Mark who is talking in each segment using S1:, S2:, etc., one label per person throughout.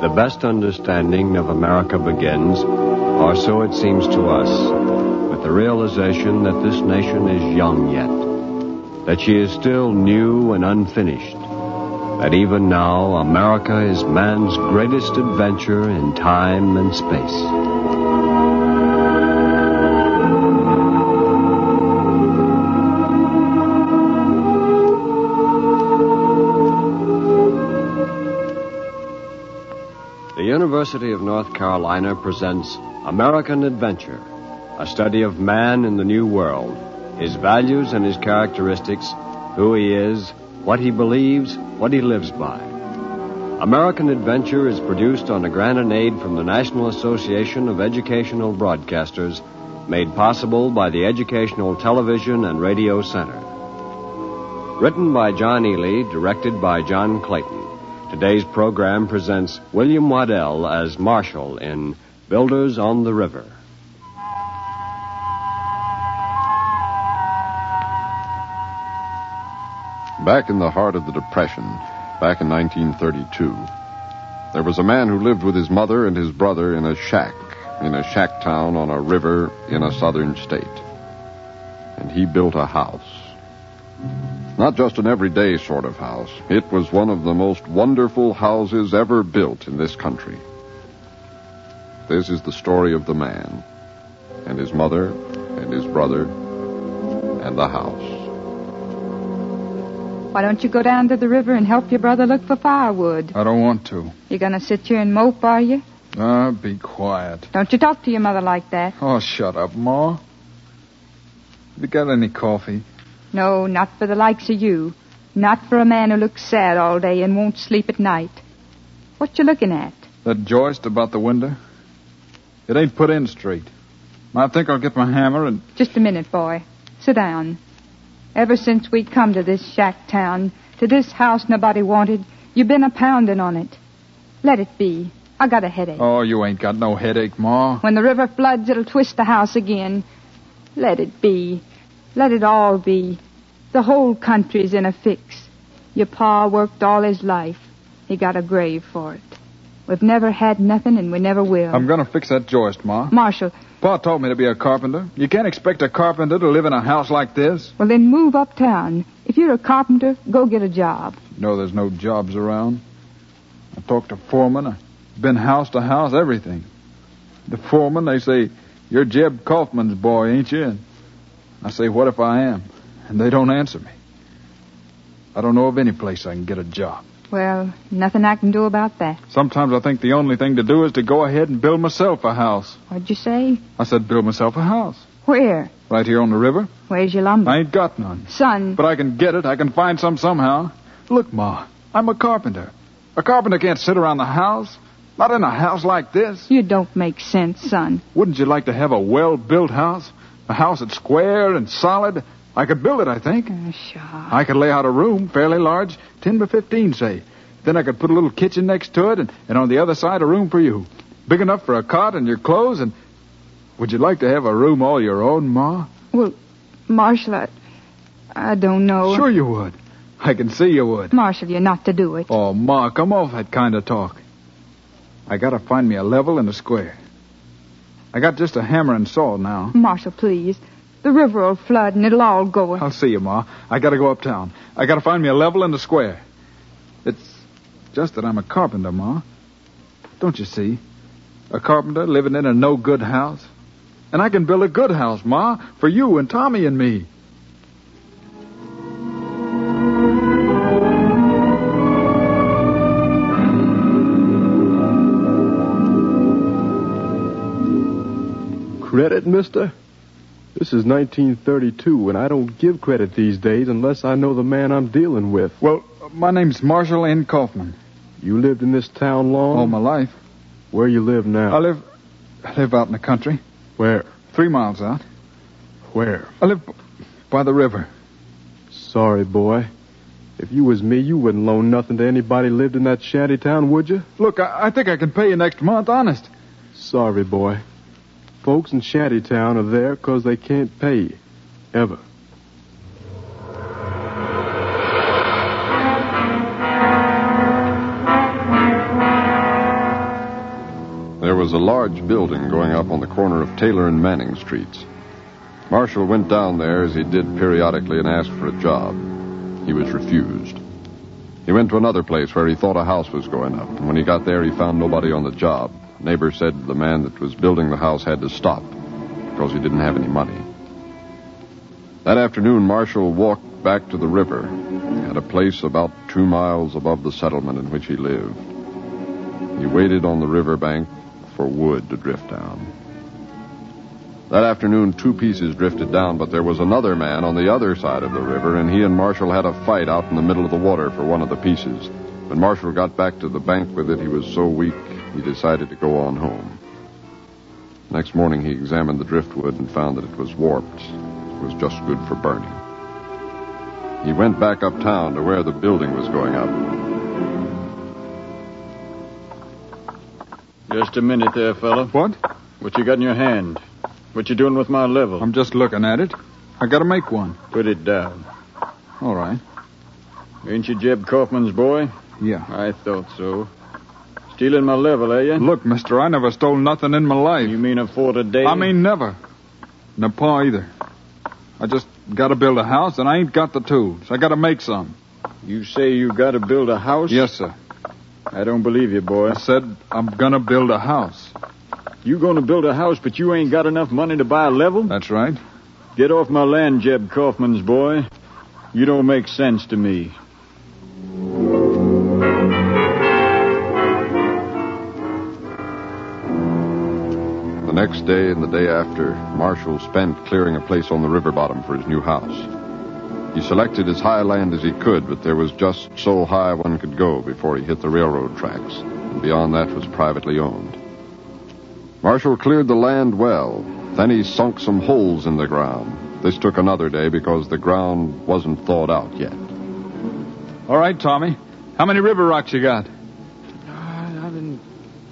S1: the best understanding of America begins, or so it seems to us, with the realization that this nation is young yet, that she is still new and unfinished, that even now America is man's greatest adventure in time and space. University of North Carolina presents American Adventure, a study of man in the New World, his values and his characteristics, who he is, what he believes, what he lives by. American Adventure is produced on a grant and aid from the National Association of Educational Broadcasters, made possible by the Educational Television and Radio Center. Written by John Ely, directed by John Clayton. Today's program presents William Waddell as Marshal in Builders on the River.
S2: Back in the heart of the Depression, back in 1932, there was a man who lived with his mother and his brother in a shack, in a shack town on a river in a southern state. And he built a house. Not just an everyday sort of house. It was one of the most wonderful houses ever built in this country. This is the story of the man, and his mother, and his brother, and the house.
S3: Why don't you go down to the river and help your brother look for firewood?
S4: I don't want to.
S3: You're going to sit here and mope, are you?
S4: Ah, uh, be quiet.
S3: Don't you talk to your mother like that.
S4: Oh, shut up, Ma. Have you got any coffee?
S3: No, not for the likes of you. Not for a man who looks sad all day and won't sleep at night. What you looking at?
S4: That joist about the window. It ain't put in straight. I think I'll get my hammer and.
S3: Just a minute, boy. Sit down. Ever since we come to this shack town, to this house nobody wanted, you been a pounding on it. Let it be. I got a headache.
S4: Oh, you ain't got no headache, Ma.
S3: When the river floods, it'll twist the house again. Let it be. Let it all be. The whole country's in a fix. Your pa worked all his life. He got a grave for it. We've never had nothing, and we never will.
S4: I'm going to fix that joist, Ma.
S3: Marshal.
S4: Pa told me to be a carpenter. You can't expect a carpenter to live in a house like this.
S3: Well, then move uptown. If you're a carpenter, go get a job.
S4: You no, know, there's no jobs around. I talked to foremen. I've been house to house, everything. The foremen, they say, you're Jeb Kaufman's boy, ain't you? And I say, what if I am? And they don't answer me. I don't know of any place I can get a job.
S3: Well, nothing I can do about that.
S4: Sometimes I think the only thing to do is to go ahead and build myself a house.
S3: What'd you say?
S4: I said, build myself a house.
S3: Where?
S4: Right here on the river.
S3: Where's your lumber?
S4: I ain't got none.
S3: Son.
S4: But I can get it. I can find some somehow. Look, Ma, I'm a carpenter. A carpenter can't sit around the house. Not in a house like this.
S3: You don't make sense, son.
S4: Wouldn't you like to have a well built house? A house that's square and solid. I could build it, I think.
S3: Uh, sure.
S4: I could lay out a room, fairly large, 10 by 15, say. Then I could put a little kitchen next to it, and, and on the other side, a room for you. Big enough for a cot and your clothes, and. Would you like to have a room all your own, Ma?
S3: Well, Marshal, I, I don't know.
S4: Sure you would. I can see you would.
S3: Marshal, you're not to do it.
S4: Oh, Ma, come off that kind of talk. I gotta find me a level and a square. I got just a hammer and saw now.
S3: Marshal, please. The river will flood and it'll all go.
S4: I'll see you, Ma. I gotta go uptown. I gotta find me a level and a square. It's just that I'm a carpenter, Ma. Don't you see? A carpenter living in a no good house. And I can build a good house, Ma, for you and Tommy and me.
S5: Credit, mister? This is 1932, and I don't give credit these days unless I know the man I'm dealing with.
S4: Well, my name's Marshall N. Kaufman.
S5: You lived in this town long?
S4: All Oh, my life.
S5: Where you live now?
S4: I live. I live out in the country.
S5: Where?
S4: Three miles out.
S5: Where?
S4: I live by the river.
S5: Sorry, boy. If you was me, you wouldn't loan nothing to anybody lived in that shanty town, would you?
S4: Look, I, I think I can pay you next month, honest.
S5: Sorry, boy folks in Shantytown are there 'cause they can't pay you. Ever.
S2: was a large building going up on the corner of Taylor and Manning Streets. Marshall went down there as he did periodically and asked for a job. He was refused. He went to another place where he thought a house was going up, and when he got there, he found nobody on the job. Neighbor said the man that was building the house had to stop because he didn't have any money. That afternoon, Marshall walked back to the river at a place about two miles above the settlement in which he lived. He waited on the riverbank for wood to drift down. That afternoon, two pieces drifted down, but there was another man on the other side of the river, and he and Marshall had a fight out in the middle of the water for one of the pieces. When Marshall got back to the bank with it, he was so weak, he decided to go on home. Next morning, he examined the driftwood and found that it was warped. It was just good for burning. He went back uptown to where the building was going up.
S6: Just a minute there, fella.
S4: What?
S6: What you got in your hand? What you doing with my level?
S4: I'm just looking at it. I gotta make one.
S6: Put it down.
S4: All right.
S6: Ain't you Jeb Kaufman's boy?
S4: Yeah.
S6: I thought so. Stealing my level, are you?
S4: Look, mister, I never stole nothing in my life.
S6: You mean a four today?
S4: I mean never. No paw either. I just gotta build a house and I ain't got the tools. I gotta make some.
S6: You say you got to build a house?
S4: Yes, sir.
S6: I don't believe you, boy.
S4: I said I'm gonna build a house.
S6: You going to build a house, but you ain't got enough money to buy a level?
S4: That's right.
S6: Get off my land, Jeb Kaufman's boy. You don't make sense to me.
S2: The next day and the day after, Marshall spent clearing a place on the river bottom for his new house. He selected as high land as he could, but there was just so high one could go before he hit the railroad tracks, and beyond that was privately owned. Marshall cleared the land well. Then he sunk some holes in the ground. This took another day because the ground wasn't thawed out yet.
S4: All right, Tommy. How many river rocks you got?
S7: I've been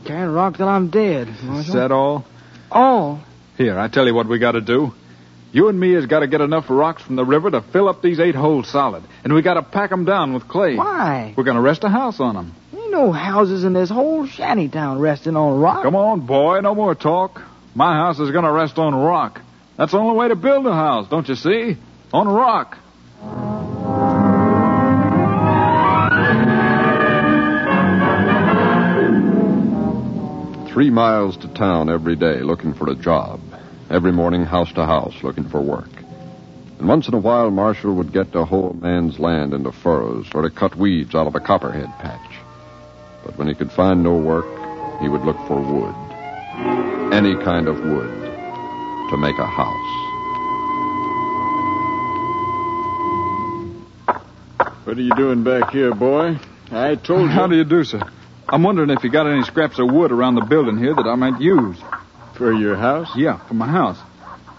S7: carrying rock till I'm dead.
S4: Is that all?
S7: all?
S4: Here, I tell you what we gotta do. You and me has gotta get enough rocks from the river to fill up these eight holes solid, and we gotta pack 'em down with clay.
S7: Why?
S4: We're gonna rest a house on 'em.
S7: Ain't no houses in this whole shanty town resting on rock.
S4: Come on, boy, no more talk. My house is going to rest on rock. That's the only way to build a house, don't you see? On rock.
S2: Three miles to town every day looking for a job. Every morning, house to house looking for work. And once in a while, Marshall would get to hoe a man's land into furrows or to cut weeds out of a copperhead patch. But when he could find no work, he would look for wood. Any kind of wood to make a house.
S6: What are you doing back here, boy? I told you.
S4: How do you do, sir? I'm wondering if you got any scraps of wood around the building here that I might use.
S6: For your house?
S4: Yeah, for my house.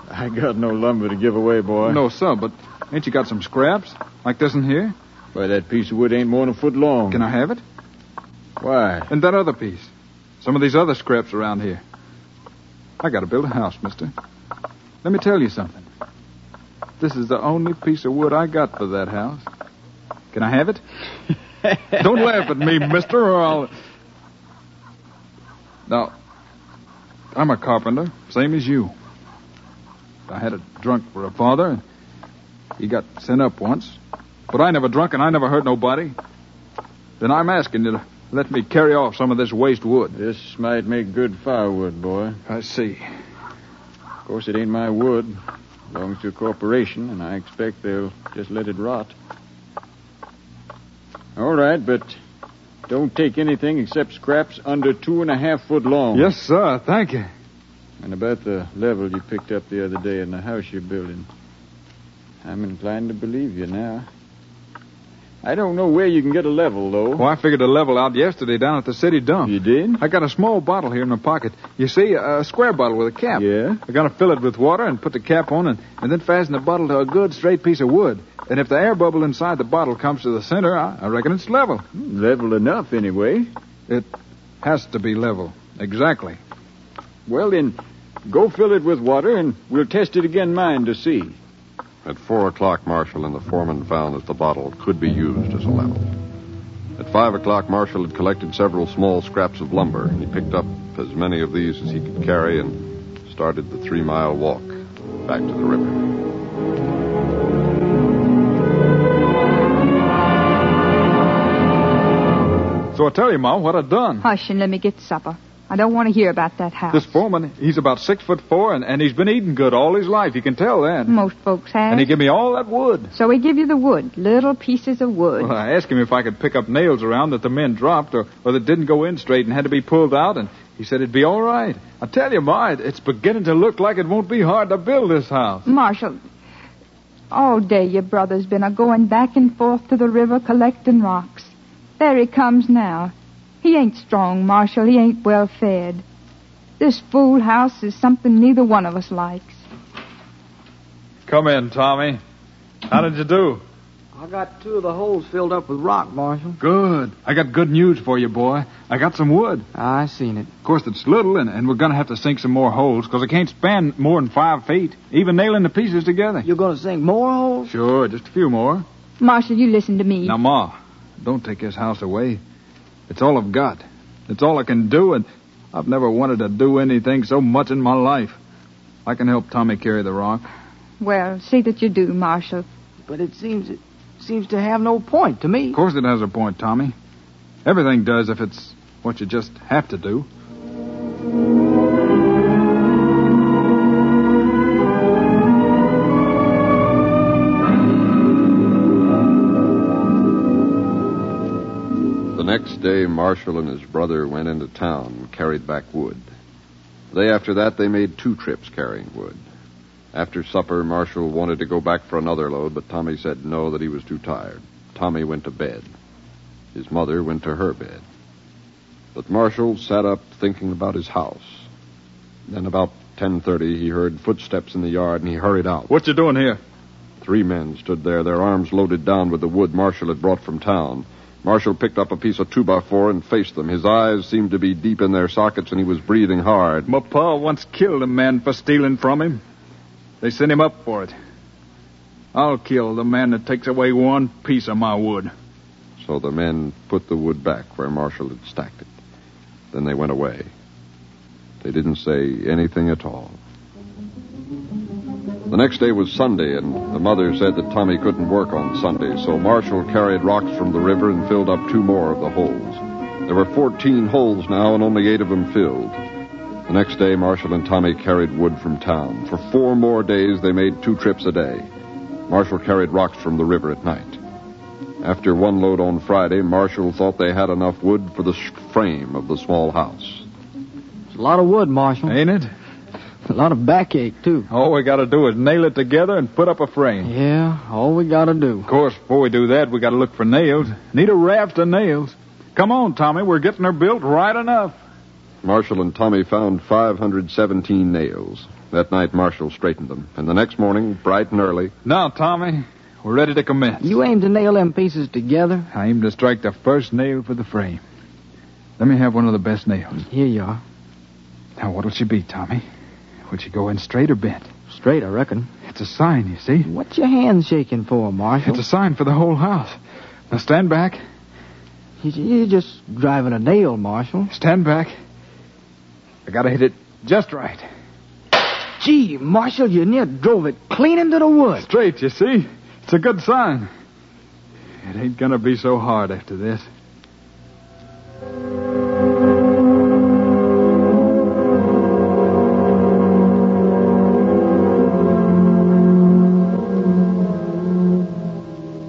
S6: I got no lumber to give away, boy.
S4: No, sir, but ain't you got some scraps? Like this in here?
S6: Why, that piece of wood ain't more than a foot long.
S4: Can I have it?
S6: Why?
S4: And that other piece. Some of these other scraps around here. I gotta build a house, mister. Let me tell you something. This is the only piece of wood I got for that house. Can I have it? Don't laugh at me, mister, or I'll. Now, I'm a carpenter, same as you. I had a drunk for a father. He got sent up once. But I never drunk and I never hurt nobody. Then I'm asking you to let me carry off some of this waste wood.
S6: This might make good firewood, boy.
S4: I see.
S6: Of course, it ain't my wood. It belongs to a corporation, and I expect they'll just let it rot. All right, but don't take anything except scraps under two and a half foot long.
S4: Yes, sir. Thank you.
S6: And about the level you picked up the other day in the house you're building. I'm inclined to believe you now. I don't know where you can get a level, though.
S4: Well, I figured a level out yesterday down at the city dump.
S6: You did?
S4: I got a small bottle here in my pocket. You see, a square bottle with a cap.
S6: Yeah.
S4: I gotta fill it with water and put the cap on and, and then fasten the bottle to a good straight piece of wood. And if the air bubble inside the bottle comes to the center, I, I reckon it's level.
S6: Hmm, Level enough, anyway.
S4: It has to be level. Exactly.
S6: Well, then, go fill it with water, and we'll test it again mine to see.
S2: At four o'clock, Marshall and the foreman found that the bottle could be used as a level. At five o'clock, Marshall had collected several small scraps of lumber. He picked up as many of these as he could carry and started the three mile walk back to the river.
S4: So I tell you, Mom, what I done.
S3: Hush and let me get supper. I don't want to hear about that house.
S4: This foreman, he's about six foot four, and, and he's been eating good all his life. You can tell that.
S3: Most folks have.
S4: And he give me all that wood.
S3: So we give you the wood, little pieces of wood.
S4: Well, I asked him if I could pick up nails around that the men dropped or, or that didn't go in straight and had to be pulled out, and he said it'd be all right. I tell you, Ma, it- it's beginning to look like it won't be hard to build this house.
S3: Marshal, all day your brother's been a going back and forth to the river collecting rocks. There he comes now. He ain't strong, Marshal. He ain't well fed. This fool house is something neither one of us likes.
S4: Come in, Tommy. How did you do?
S7: I got two of the holes filled up with rock, Marshal.
S4: Good. I got good news for you, boy. I got some wood.
S7: I seen it.
S4: Of course, it's little, and, and we're going to have to sink some more holes because I can't span more than five feet, even nailing the pieces together.
S7: You're gonna sink more holes?
S4: Sure, just a few more.
S3: Marshal, you listen to me.
S4: Now, Ma, don't take this house away. It's all I've got. It's all I can do, and I've never wanted to do anything so much in my life. I can help Tommy carry the rock.
S3: Well, see that you do, Marshal.
S7: But it seems it seems to have no point to me.
S4: Of course, it has a point, Tommy. Everything does if it's what you just have to do.
S2: The next day, Marshall and his brother went into town and carried back wood. The day after that, they made two trips carrying wood. After supper, Marshall wanted to go back for another load, but Tommy said no, that he was too tired. Tommy went to bed. His mother went to her bed. But Marshall sat up thinking about his house. Then about 10:30 he heard footsteps in the yard and he hurried out.
S4: What you doing here?
S2: Three men stood there, their arms loaded down with the wood Marshall had brought from town. Marshall picked up a piece of two by four and faced them. His eyes seemed to be deep in their sockets, and he was breathing hard.
S4: My pa once killed a man for stealing from him. They sent him up for it. I'll kill the man that takes away one piece of my wood.
S2: So the men put the wood back where Marshall had stacked it. Then they went away. They didn't say anything at all. The next day was Sunday, and the mother said that Tommy couldn't work on Sunday, so Marshall carried rocks from the river and filled up two more of the holes. There were 14 holes now, and only eight of them filled. The next day, Marshall and Tommy carried wood from town. For four more days, they made two trips a day. Marshall carried rocks from the river at night. After one load on Friday, Marshall thought they had enough wood for the sh- frame of the small house.
S7: It's a lot of wood, Marshal.
S4: Ain't it?
S7: A lot of backache too.
S4: All we gotta do is nail it together and put up a frame.
S7: Yeah, all we gotta do.
S4: Of course, before we do that, we gotta look for nails. Need a raft of nails. Come on, Tommy, we're getting her built right enough.
S2: Marshall and Tommy found 517 nails. That night, Marshall straightened them, and the next morning, bright and early,
S4: Now, Tommy, we're ready to commence.
S7: You aim to nail them pieces together.
S4: I aim to strike the first nail for the frame. Let me have one of the best nails.
S7: Here you are.
S4: Now, what'll she be, Tommy? Will she go in straight or bent?
S7: Straight, I reckon.
S4: It's a sign, you see.
S7: What's your hand shaking for, Marshal?
S4: It's a sign for the whole house. Now stand back.
S7: You're just driving a nail, Marshal.
S4: Stand back. I gotta hit it just right.
S7: Gee, Marshal, you near drove it clean into the wood.
S4: Straight, you see? It's a good sign. It ain't gonna be so hard after this.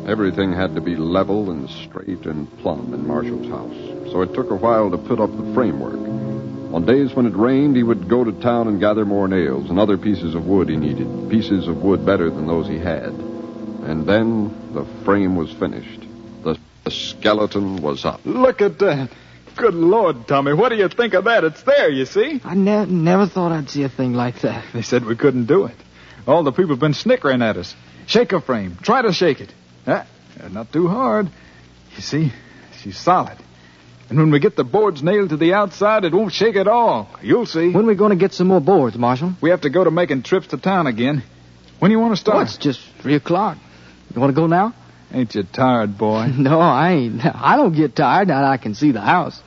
S2: everything had to be level and straight and plumb in Marshall's house. So it took a while to put up the framework. On days when it rained, he would go to town and gather more nails and other pieces of wood he needed, pieces of wood better than those he had. And then the frame was finished. The, the skeleton was up.
S4: Look at that. Good Lord, Tommy, what do you think of that? It's there, you see?
S7: I ne- never thought I'd see a thing like that.
S4: They said we couldn't do it. All the people have been snickering at us. Shake her frame. Try to shake it. Ah, not too hard. You see, she's solid. And when we get the boards nailed to the outside, it won't shake at all. You'll see.
S7: When are we going to get some more boards, Marshal?
S4: We have to go to making trips to town again. When do you want to
S7: Oh,
S4: start?
S7: it's just three o'clock. You want to go now?
S4: Ain't you tired, boy?
S7: No, I ain't. I don't get tired now that I can see the house.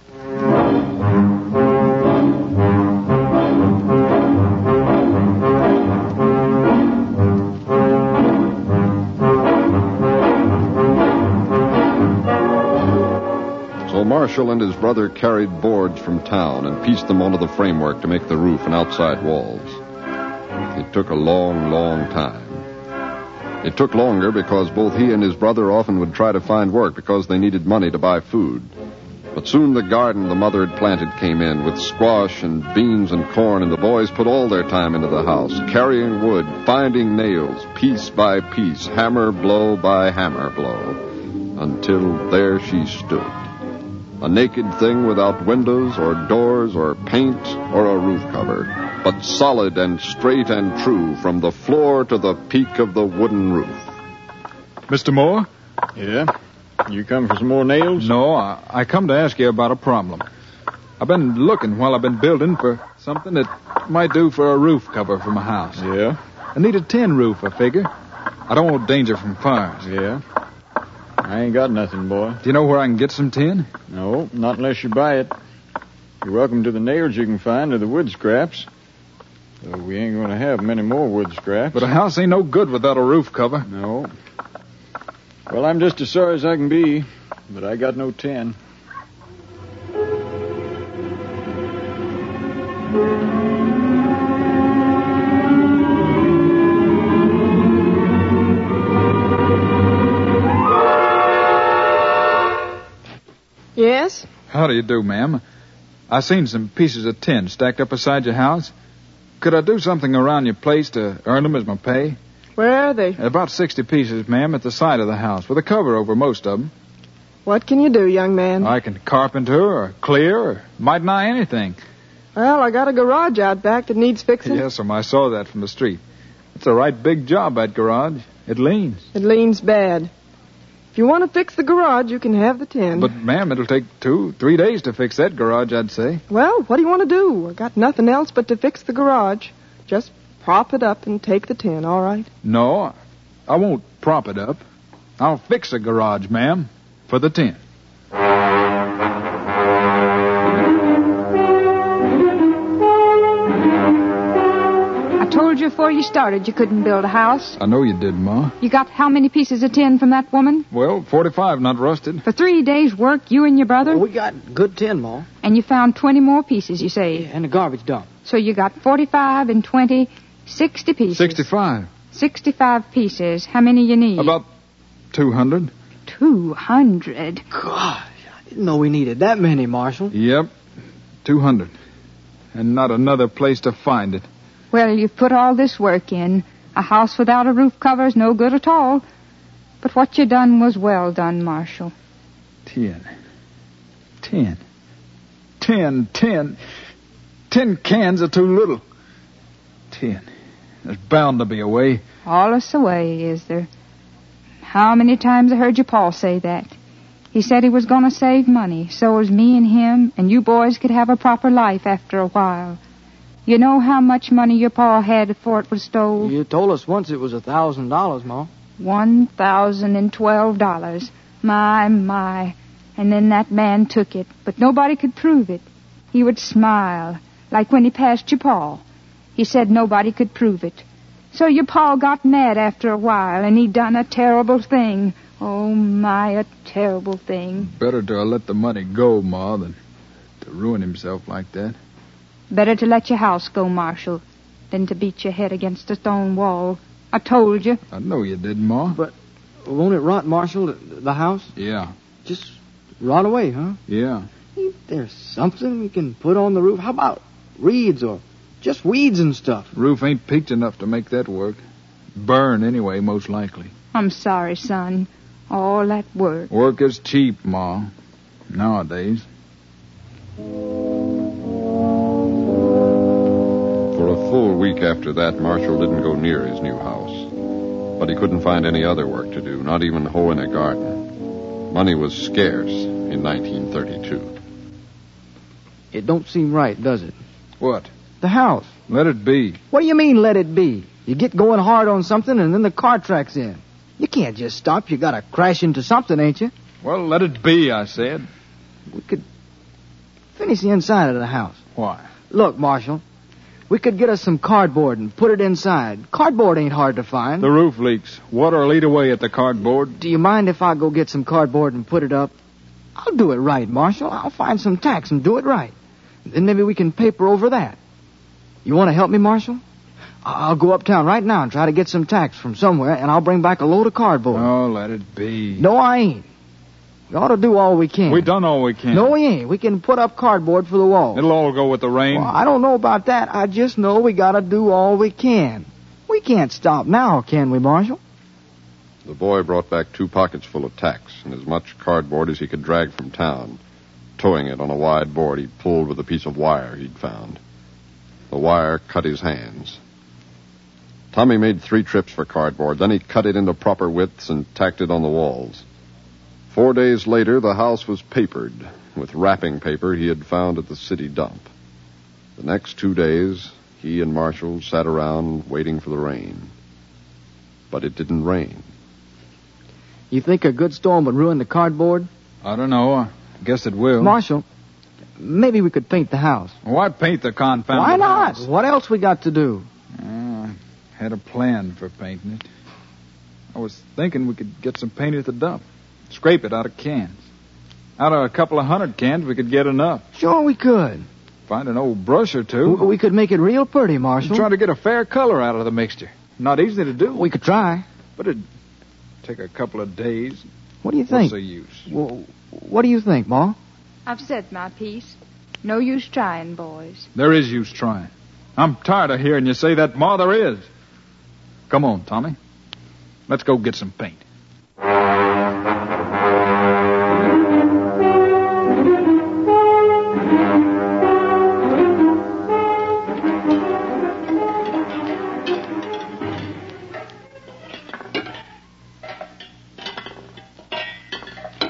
S2: So Marshall and his brother carried boards from town and pieced them onto the framework to make the roof and outside walls. It took a long, long time. It took longer because both he and his brother often would try to find work because they needed money to buy food. But soon the garden the mother had planted came in with squash and beans and corn, and the boys put all their time into the house, carrying wood, finding nails, piece by piece, hammer blow by hammer blow, until there she stood. A naked thing without windows or doors or paint or a roof cover, but solid and straight and true from the floor to the peak of the wooden roof.
S4: Mr. Moore?
S6: Yeah? You come for some more nails?
S4: No, I, I come to ask you about a problem. I've been looking while I've been building for something that might do for a roof cover for my house.
S6: Yeah?
S4: I need a tin roof, I figure. I don't want danger from fires.
S6: Yeah? I ain't got nothing, boy.
S4: Do you know where I can get some tin?
S6: No, not unless you buy it. You're welcome to the nails you can find or the wood scraps. Though we ain't going to have many more wood scraps.
S4: But a house ain't no good without a roof cover.
S6: No. Well, I'm just as sorry as I can be, but I got no tin.
S8: Yes?
S4: How do you do, ma'am? I seen some pieces of tin stacked up beside your house. Could I do something around your place to earn them as my pay?
S8: Where are they?
S4: About 60 pieces, ma'am, at the side of the house, with a cover over most of them.
S8: What can you do, young man?
S4: I can carpenter or clear or might nigh anything.
S8: Well, I got a garage out back that needs fixing.
S4: Yes, ma'am, I saw that from the street. It's a right big job, that garage. It leans.
S8: It leans bad. If you want to fix the garage, you can have the tin.
S4: But, ma'am, it'll take two, three days to fix that garage, I'd say.
S8: Well, what do you want to do? I got nothing else but to fix the garage. Just prop it up and take the tin, all right?
S4: No, I won't prop it up. I'll fix a garage, ma'am, for the tin.
S3: I told you before you started you couldn't build a house.
S4: I know you did, Ma.
S3: You got how many pieces of tin from that woman?
S4: Well, 45, not rusted.
S3: For three days' work, you and your brother?
S7: Well, we got good tin, Ma,
S3: And you found 20 more pieces, you say.
S7: and a garbage dump.
S3: So you got 45 and 20, 60 pieces.
S4: 65.
S3: 65 pieces. How many you need?
S4: About 200.
S3: 200.
S7: Gosh, I didn't know we needed that many, Marshal.
S4: Yep, 200. And not another place to find it.
S3: Well, you've put all this work in. A house without a roof cover is no good at all. But what you done was well done, Marshal.
S4: Tin. Tin. Tin, tin. Tin cans are too little. Tin. There's bound to be a way.
S3: All us away, is there? How many times I heard your pa say that? He said he was going to save money so as me and him and you boys could have a proper life after a while. You know how much money your pa had before it was stole?
S7: You told us once it was a thousand dollars, Ma.
S3: One thousand and twelve dollars. My, my. And then that man took it, but nobody could prove it. He would smile, like when he passed your paw. He said nobody could prove it. So your paw got mad after a while, and he done a terrible thing. Oh, my, a terrible thing.
S4: Better to let the money go, Ma, than to ruin himself like that.
S3: Better to let your house go, Marshal, than to beat your head against a stone wall. I told you.
S4: I know you did, Ma.
S7: But- Won't it rot, Marshal, the, the house?
S4: Yeah,
S7: Just rot away, huh?
S4: yeah.
S7: Ain't there something we can put on the roof? How about reeds or just weeds and stuff?
S4: Roof ain't peaked enough to make that work. Burn anyway, most likely.
S3: I'm sorry, son. All that work.
S4: Work is cheap, Ma. Nowadays.
S2: For a full week after that, Marshall didn't go near his new house. But he couldn't find any other work to do, not even hoeing a garden. Money was scarce in 1932.
S7: It don't seem right, does it?
S4: What?
S7: The house.
S4: Let it be.
S7: What do you mean, let it be? You get going hard on something and then the car tracks in. You can't just stop. You gotta crash into something, ain't you?
S4: Well, let it be, I said.
S7: We could finish the inside of the house.
S4: Why?
S7: Look, Marshal, we could get us some cardboard and put it inside. Cardboard ain't hard to find.
S4: The roof leaks. Water lead away at the cardboard.
S7: Do you mind if I go get some cardboard and put it up? I'll do it right, Marshal. I'll find some tacks and do it right. Then maybe we can paper over that. You want to help me, Marshal? I- I'll go uptown right now and try to get some tacks from somewhere, and I'll bring back a load of cardboard.
S4: Oh, let it be.
S7: No, I ain't. We ought to do all we can.
S4: We done all we can.
S7: No, we ain't. We can put up cardboard for the wall.
S4: It'll all go with the rain.
S7: Well, I don't know about that. I just know we gotta do all we can. We can't stop now, can we, Marshal?
S2: The boy brought back two pockets full of tacks and as much cardboard as he could drag from town, towing it on a wide board he pulled with a piece of wire he'd found. The wire cut his hands. Tommy made three trips for cardboard, then he cut it into proper widths and tacked it on the walls. Four days later, the house was papered with wrapping paper he had found at the city dump. The next two days, he and Marshall sat around waiting for the rain. But it didn't rain.
S7: You think a good storm would ruin the cardboard?
S4: I don't know. I guess it will.
S7: Marshal, maybe we could paint the house.
S4: Why paint the confounded
S7: Why not?
S4: house?
S7: What else we got to do?
S4: Oh, I had a plan for painting it. I was thinking we could get some paint at the dump. Scrape it out of cans. Out of a couple of hundred cans, we could get enough.
S7: Sure, we could.
S4: Find an old brush or two.
S7: W- We could make it real pretty, Marshal.
S4: and try to get a fair color out of the mixture. Not easy to do.
S7: We could try.
S4: But it'd take a couple of days.
S7: What do you
S4: What's
S7: think?
S4: the use?
S7: W- What do you think, Ma?
S3: I've said my piece. No use trying, boys.
S4: There is use trying. I'm tired of hearing you say that, Ma. There is. Come on, Tommy. Let's go get some paint.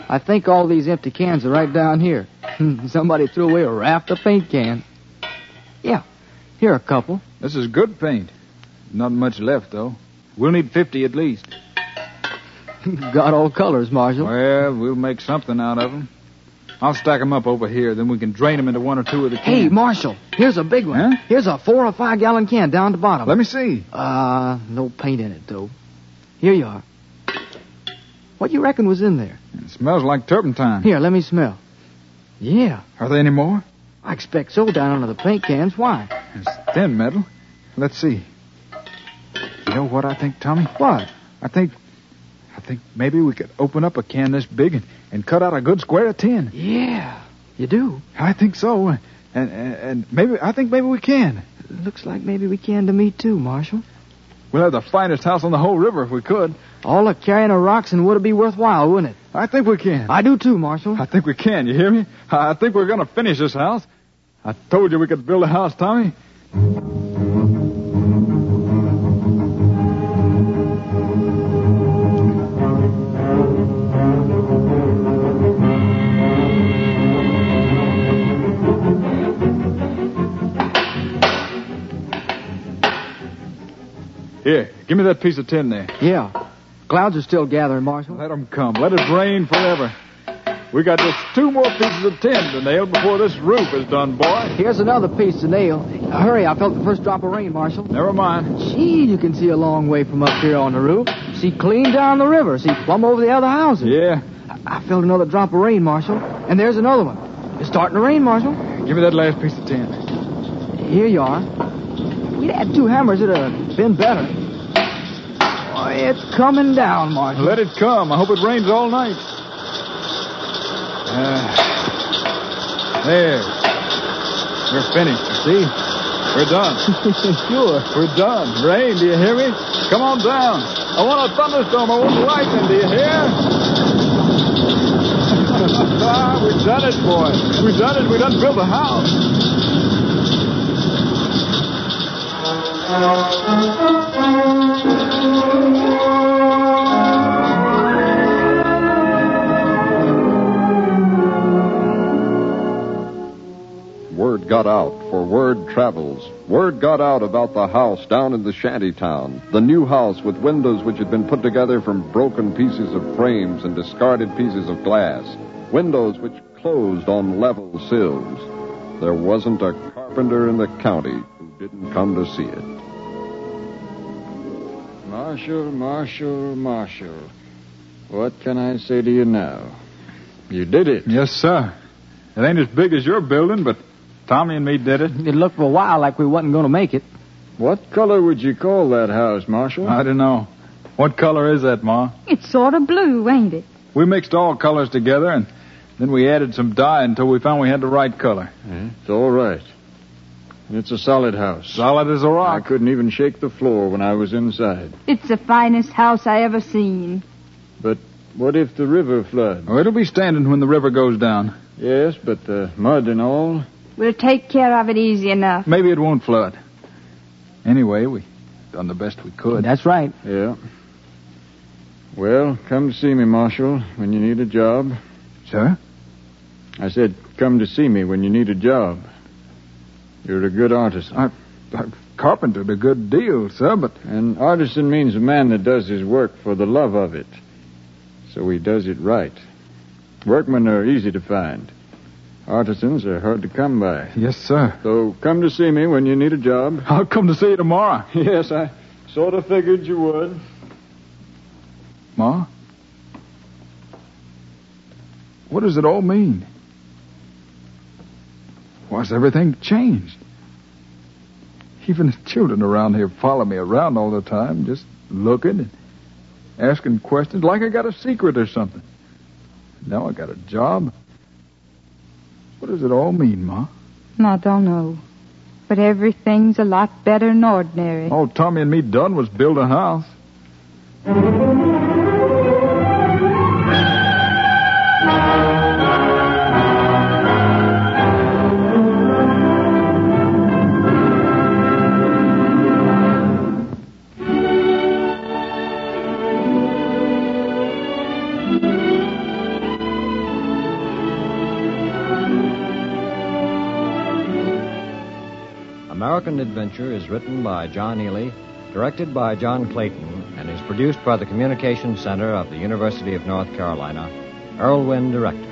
S7: I think all these empty cans are right down here. Somebody threw away a raft of paint cans. Yeah, here are a couple.
S4: This is good paint. Not much left, though. We'll need 50 at least.
S7: got all colors, Marshal.
S4: Well, we'll make something out of 'em. I'll stack 'em up over here, then we can drain 'em into one or two of the
S7: Hey,
S4: cans.
S7: Marshal, here's a big one.
S4: Huh?
S7: Here's a four or five gallon can down the bottom.
S4: Let me see.
S7: Uh, no paint in it, though. Here you are. What you reckon was in there?
S4: It smells like turpentine.
S7: Here, let me smell. Yeah,
S4: Are there any more?
S7: I expect so down under the paint cans. Why?
S4: It's thin metal. Let's see. You know what I think, Tommy?
S7: What?
S4: I think, I think maybe we could open up a can this big and, and cut out a good square of tin.
S7: Yeah, you do.
S4: I think so, and, and and maybe I think maybe we can.
S7: Looks like maybe we can to me, too, Marshal.
S4: We'll have the finest house on the whole river if we could.
S7: All the carrying of rocks and would be worthwhile, wouldn't it?
S4: I think we can.
S7: I do, too, Marshal.
S4: I think we can. You hear me? I I think we're going to finish this house. I told you we could build a house, Tommy. Here, give me that piece of tin there.
S7: Yeah. Clouds are still gathering, Marshal.
S4: Let 'em come. Let it rain forever. We got just two more pieces of tin to nail before this roof is done, boy.
S7: Here's another piece to nail. Hurry, I felt the first drop of rain, Marshal.
S4: Never mind.
S7: Gee, you can see a long way from up here on the roof. See clean down the river. See plumb over the other houses.
S4: Yeah.
S7: I I felt another drop of rain, Marshal. And there's another one. It's starting to rain, Marshal.
S4: Give me that last piece of tin.
S7: Here you are. If We'd had two hammers, it'd have been better. Boy, it's coming down, Marshal.
S4: Let it come. I hope it rains all night. Ah. Uh, there. We're finished, you see? We're done.
S7: sure.
S4: We're done. Rain, do you hear me? Come on down. I want a thunderstorm. I want lightning, do you hear? Ah, We've done it, boy. We've done it. We done built a house.
S2: Word got got out, for word travels. Word got out about the house down in the shanty town, the new house with windows which had been put together from broken pieces of frames and discarded pieces of glass, windows which closed on level sills. There wasn't a carpenter in the county who didn't come to see it.
S6: Marshal, Marshal, Marshal. What can I say to you now? You did it.
S4: Yes, sir. It ain't as big as your building, but Tommy and me did it.
S7: It looked for a while like we wasn't going to make it.
S6: What color would you call that house, Marshal?
S4: I don't know. What color is that, Ma?
S3: It's sort of blue, ain't it?
S4: We mixed all colors together and then we added some dye until we found we had the right color.
S6: It's all right. And it's a solid house.
S4: Solid as a
S6: I
S4: rock.
S6: couldn't even shake the floor when I was inside.
S3: It's the finest house I ever seen.
S6: What if the river flood?
S4: Oh, it'll be standing when the river goes down.
S6: Yes, but the mud and all.
S3: We'll take care of it easy enough.
S4: Maybe it won't flood. Anyway, we done the best we could.
S7: That's right.
S6: Yeah. Well, come see me, Marshal, when you need a job.
S4: Sir?
S6: I said, come to see me when you need a job. You're a good artisan.
S4: I- Carpenter did a good deal, sir, but
S6: An artisan means a man that does his work for the love of it. So he does it right. Workmen are easy to find. Artisans are hard to come by.
S4: yes, sir.
S6: So come to see me when you need a job.
S4: I'll come to see you tomorrow,
S6: yes, I sort of figured you would.
S4: Ma. What does it all mean? Why's everything changed? Even the children around here follow me around all the time, just looking and asking questions like I got a secret or something. Now I got a job. What does it all mean, Ma?
S3: I don't know. But everything's a lot better than ordinary.
S4: All Oh, Tommy and me done was build a house.
S1: American Adventure is written by John Ely, directed by John Clayton, and is produced by the Communications Center of the University of North Carolina, Irwin Director.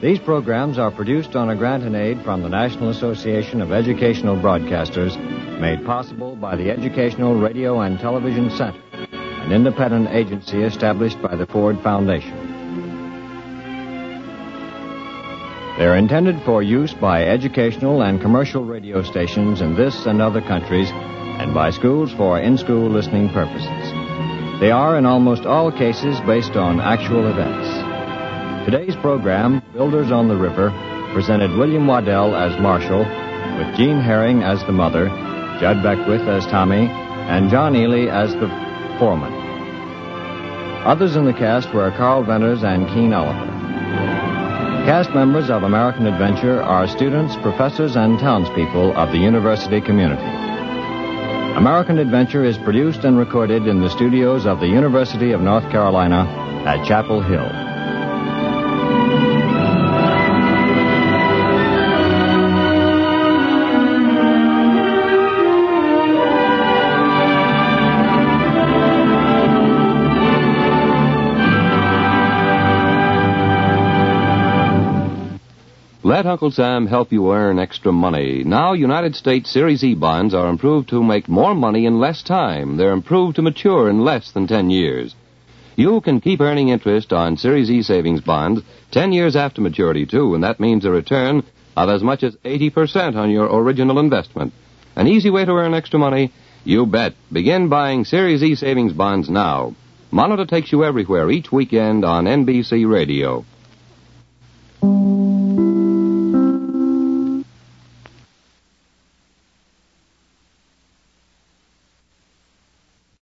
S1: These programs are produced on a grant and aid from the National Association of Educational Broadcasters, made possible by the Educational Radio and Television Center, an independent agency established by the Ford Foundation. They're intended for use by educational and commercial radio stations in this and other countries, and by schools for in school listening purposes. They are, in almost all cases, based on actual events. Today's program, Builders on the River, presented William Waddell as Marshal, with Jean Herring as the mother, Judd Beckwith as Tommy, and John Ely as the foreman. Others in the cast were Carl Venters and Keen Oliver. Cast members of American Adventure are students, professors, and townspeople of the university community. American Adventure is produced and recorded in the studios of the University of North Carolina at Chapel Hill.
S9: Let Uncle Sam help you earn extra money. Now, United States Series E bonds are improved to make more money in less time. They're improved to mature in less than 10 years. You can keep earning interest on Series E savings bonds 10 years after maturity, too, and that means a return of as much as 80% on your original investment. An easy way to earn extra money? You bet. Begin buying Series E savings bonds now. Monitor takes you everywhere each weekend on NBC Radio.